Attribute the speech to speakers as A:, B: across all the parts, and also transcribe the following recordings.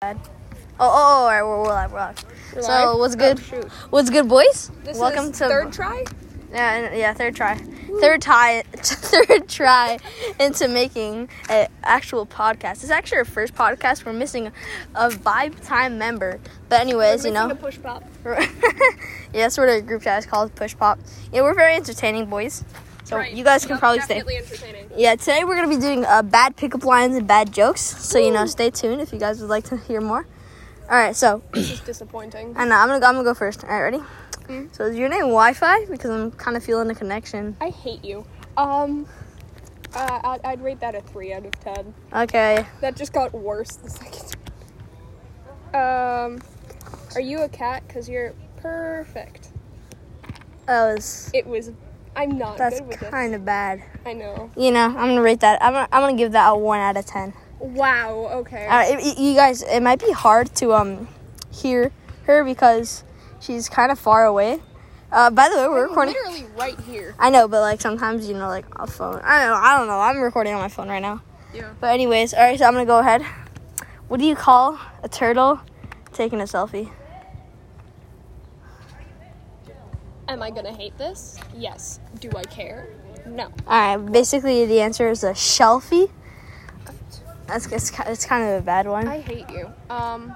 A: Ed. Oh, oh, oh, alright, we're, we're live, we're live.
B: We're
A: so,
B: live?
A: what's
B: Oh,
A: good?
B: shoot.
A: What's good, boys?
B: This
A: Welcome
B: is
A: to
B: third try.
A: yeah, and- yeah, third try, third try, third try into making an actual podcast. It's actually our first podcast. We're missing a Vibe Time member, but anyways, you know,
B: push pop.
A: yeah, that's what our group chat is called, Push Pop. Yeah, we're very entertaining, boys. So you guys can probably stay.
B: Definitely entertaining.
A: Yeah, today we're gonna be doing uh, bad pickup lines and bad jokes. So you know, stay tuned if you guys would like to hear more. All right, so
B: This is disappointing.
A: I know Uh, I'm gonna go, I'm gonna go first. All right, ready?
B: Mm.
A: So is your name Wi-Fi? Because I'm kind of feeling the connection.
B: I hate you. Um, uh, I'd, I'd rate that a three out of ten.
A: Okay.
B: That just got worse the second. time. Um, are you a cat? Cause you're perfect.
A: That was
B: It was. I'm not
A: that's
B: good with this.
A: kind of bad.
B: I know.
A: You know, I'm gonna rate that. I'm gonna, I'm gonna give that a one out of ten.
B: Wow. Okay.
A: All right, y- y- you guys, it might be hard to um hear her because she's kind of far away. Uh, by the way, we're recording.
B: Literally right here.
A: I know, but like sometimes you know, like a phone. I don't. I don't know. I'm recording on my phone right now.
B: Yeah.
A: But anyways, all right. So I'm gonna go ahead. What do you call a turtle taking a selfie?
B: Am I gonna hate this? Yes. Do I care? No.
A: All right. Basically, the answer is a shelfie. That's it's, ki- it's kind of a bad one.
B: I hate you. Um,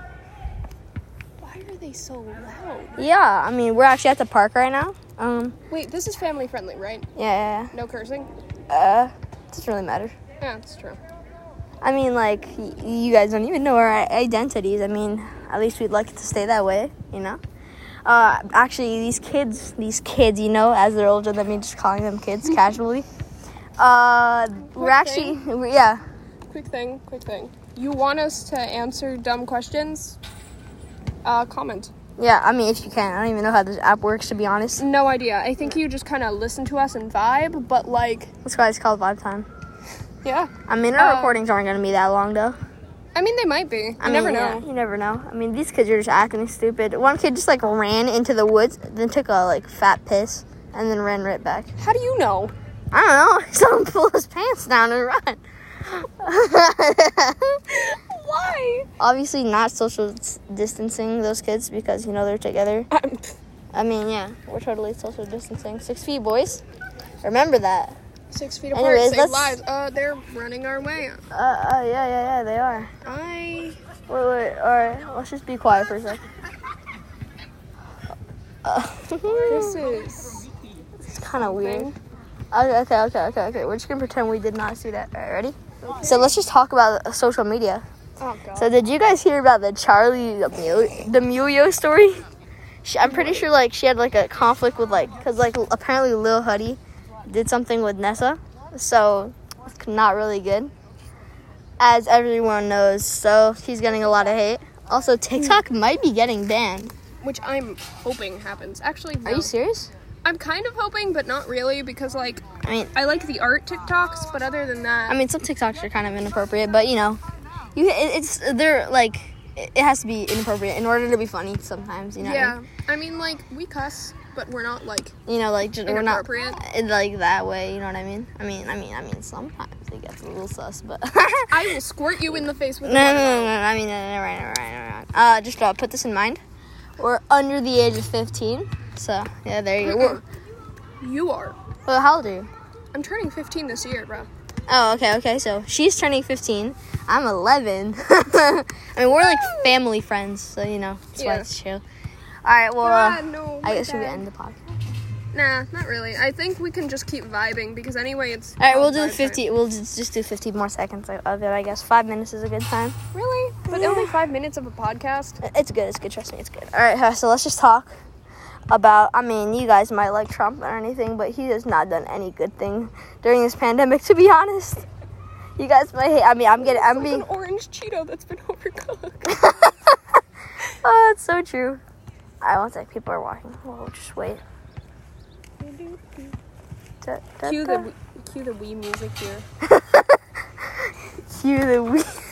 B: why are they so loud?
A: yeah. I mean, we're actually at the park right now. Um.
B: Wait, this is family friendly, right?
A: Yeah. yeah,
B: No cursing?
A: yeah. Uh. Doesn't really matter.
B: Yeah, that's true.
A: I mean, like y- you guys don't even know our i- identities. I mean, at least we'd like it to stay that way, you know. Uh, actually, these kids, these kids, you know, as they're older than me, just calling them kids casually. Uh, we're actually, we're, yeah,
B: Quick thing, quick thing. You want us to answer dumb questions? Uh, comment.
A: yeah. I mean, if you can, I don't even know how this app works to be honest.
B: No idea. I think you just kind of listen to us and vibe, but like,
A: That's why it's called Vibe Time.
B: yeah.
A: I mean, our
B: Uh,
A: recordings aren't gonna be that long though.
B: I mean, they might be. You
A: I
B: never
A: mean,
B: know.
A: yeah, Oh. you never know. I mean, these kids are just acting stupid. One kid just like ran into the woods, then took a like fat piss, and then ran right back.
B: How do you know?
A: I don't know. Someone pull his pants down and run.
B: Why?
A: Obviously, not social s- distancing those kids because you know they're together.
B: I'm,
A: I mean, yeah, we're totally social distancing. Six feet, boys. Remember that.
B: six feet apart,
A: Anyways,
B: save
A: let's-
B: lives. Uh, they're running our way.
A: Uh, uh, yeah, yeah, yeah, they are.
B: I.
A: Wait, wait, all right. Let's just be quiet for a second.
B: This is.
A: It's kind of weird. Okay, okay, okay, okay, okay. We're just gonna pretend we did not see that. All right, ready? So let's just talk about uh, social media.
B: Oh god.
A: So did you guys hear about the Charlie D'Amelio, D'Amelio story? She, I'm pretty sure like she had like a conflict with like because like apparently Lil Huddy did something with Nessa, so it's not really good. As everyone knows, so she's getting a lot of hate. Also, TikTok might be getting banned.
B: which I'm hoping happens. Actually,
A: Are
B: no.
A: you serious?
B: I'm kind of hoping, but not really, because like
A: I mean,
B: I like the art TikToks, but other than that,
A: I mean, some TikToks are kind of inappropriate, but you know, you it, it's they're like it it has to be inappropriate in order to be funny sometimes. You know, what I mean?
B: yeah, I mean like we cuss, but we're not like
A: you know, like just, we're not
B: Inappropriate.
A: in, like that way. You know what I mean? I mean, I mean, I mean, sometimes it gets a little sus, but
B: I will squirt you in the face with
A: no, no, no, no, no. I mean, uh, no, no, no, right, right, right, right. Uh, just uh, put this in mind. We're under the age of fifteen, so yeah, there you go. We're-
B: You are.
A: Well, how old are you?
B: I'm turning 15 this year, bro.
A: Oh, okay, okay. So she's turning fifteen. I'm eleven. I mean, we're like family friends, so you know that's why
B: Yeah.
A: it's chill. All right, well,
B: ah,
A: uh,
B: no.
A: I
B: my
A: guess we
B: bad.
A: can end the podcast.
B: Nah, not really. I think we can just keep vibing because anyway, it's.
A: All right, we'll
B: called
A: do
B: vibe
A: fifty. We'll just, just do fifty more seconds of it. I guess five minutes is a good time.
B: time. Really? But
A: Yeah.
B: only five minutes of a podcast.
A: It's good. It's good. Trust me, it's good. All right, uh, so let's just talk about. I mean, you guys might like Trump or anything, but he has not done any good thing during this pandemic. To be honest, you guys might hate. I mean, I'm getting.
B: It's
A: I'm
B: like
A: being.
B: an orange Cheeto that's been overcooked.
A: Oh, it's so true. I want that people are walking. We'll just wait. Da, da,
B: cue
A: da.
B: the Wii- cue the Wii music here.
A: Cue the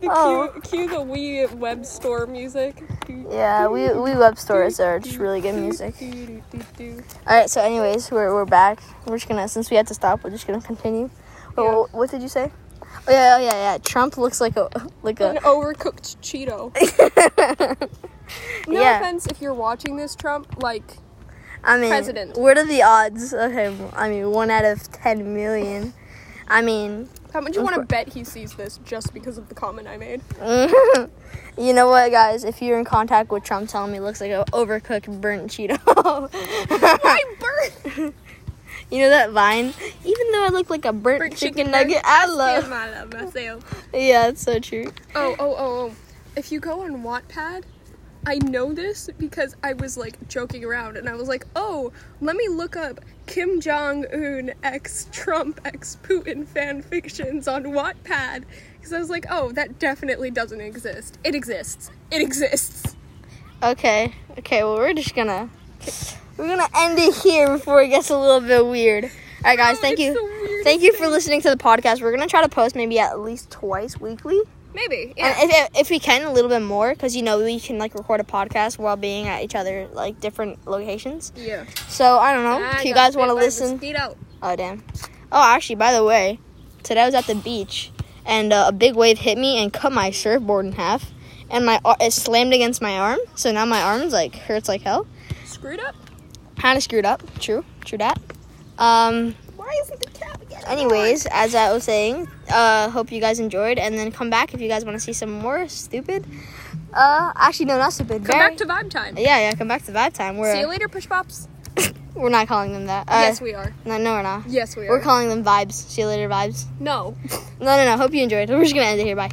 B: The
A: Oh.
B: cue, cue the Wii web store music.
A: we- yeah, we we web stores are just really good music. All right, so anyways, we're we're back. We're just gonna since we had to stop, we're just gonna continue. Wha-
B: Yeah.
A: What did you say? Oh, yeah, oh, yeah, yeah. Trump looks like a like
B: An
A: a.
B: overcooked Cheeto. No
A: Yeah.
B: offense if you're watching this, Trump. Like,
A: I mean,
B: President.
A: What are the odds of him? I mean, one out of ten million. I mean,
B: how much you
A: Of
B: want to
A: course.
B: bet he sees this just because of the comment I made?
A: you know what, guys? If you're in contact with Trump, tell him he looks like an overcooked burnt Cheeto.
B: I burnt
A: you know that vine? Even though I look like a burnt,
B: Burnt
A: chicken,
B: chicken
A: nugget,
B: nugget.
A: I love.
B: my love myself.
A: Yeah, it's so true.
B: Oh, oh, oh, oh. If you go on Wattpad, I know this because I was like joking around and I was like, oh, let me look up Kim Jong Un ex Trump ex Putin fan fictions on Wattpad. Because I was like, oh, that definitely doesn't exist. It exists. It exists.
A: Okay, okay. Well, we're just gonna we're gonna end it here before it gets a little bit weird. All right, guys.
B: Oh,
A: thank
B: it's
A: you.
B: the weirdest
A: Thank you for
B: thing.
A: listening to the podcast. We're gonna try to post maybe at least twice weekly,
B: Maybe. Yeah.
A: and if, if we can, a little bit more, because you know we can like record a podcast while being at each other like different locations.
B: yeah.
A: So I don't know
B: Ah, I
A: if Oh, you
B: got
A: guys
B: bit
A: want to
B: by a
A: listen.
B: mosquito.
A: Oh damn. Oh, actually, by the way, today I was at the beach and uh, a big wave hit me and cut my surfboard in half, and my ar- it slammed against my arm. So now my arm's like hurts like hell.
B: Screwed up?
A: Kind of screwed up. True. True that. Um.
B: Why isn't the cat again?
A: Anyways, as I was saying, uh, hope you guys enjoyed, and then come back if you guys want to see some more stupid. Uh, actually, no, not stupid.
B: Come
A: very-
B: back to vibe time.
A: Yeah, yeah, come back to that time. We're
B: See you later, push pops.
A: we're not calling them that. Uh,
B: yes, we are.
A: no, no, we're not.
B: Yes, we are.
A: We're calling them vibes. See you later, vibes.
B: no.
A: No, no, no. Hope you enjoyed. We're just gonna end it here. Bye.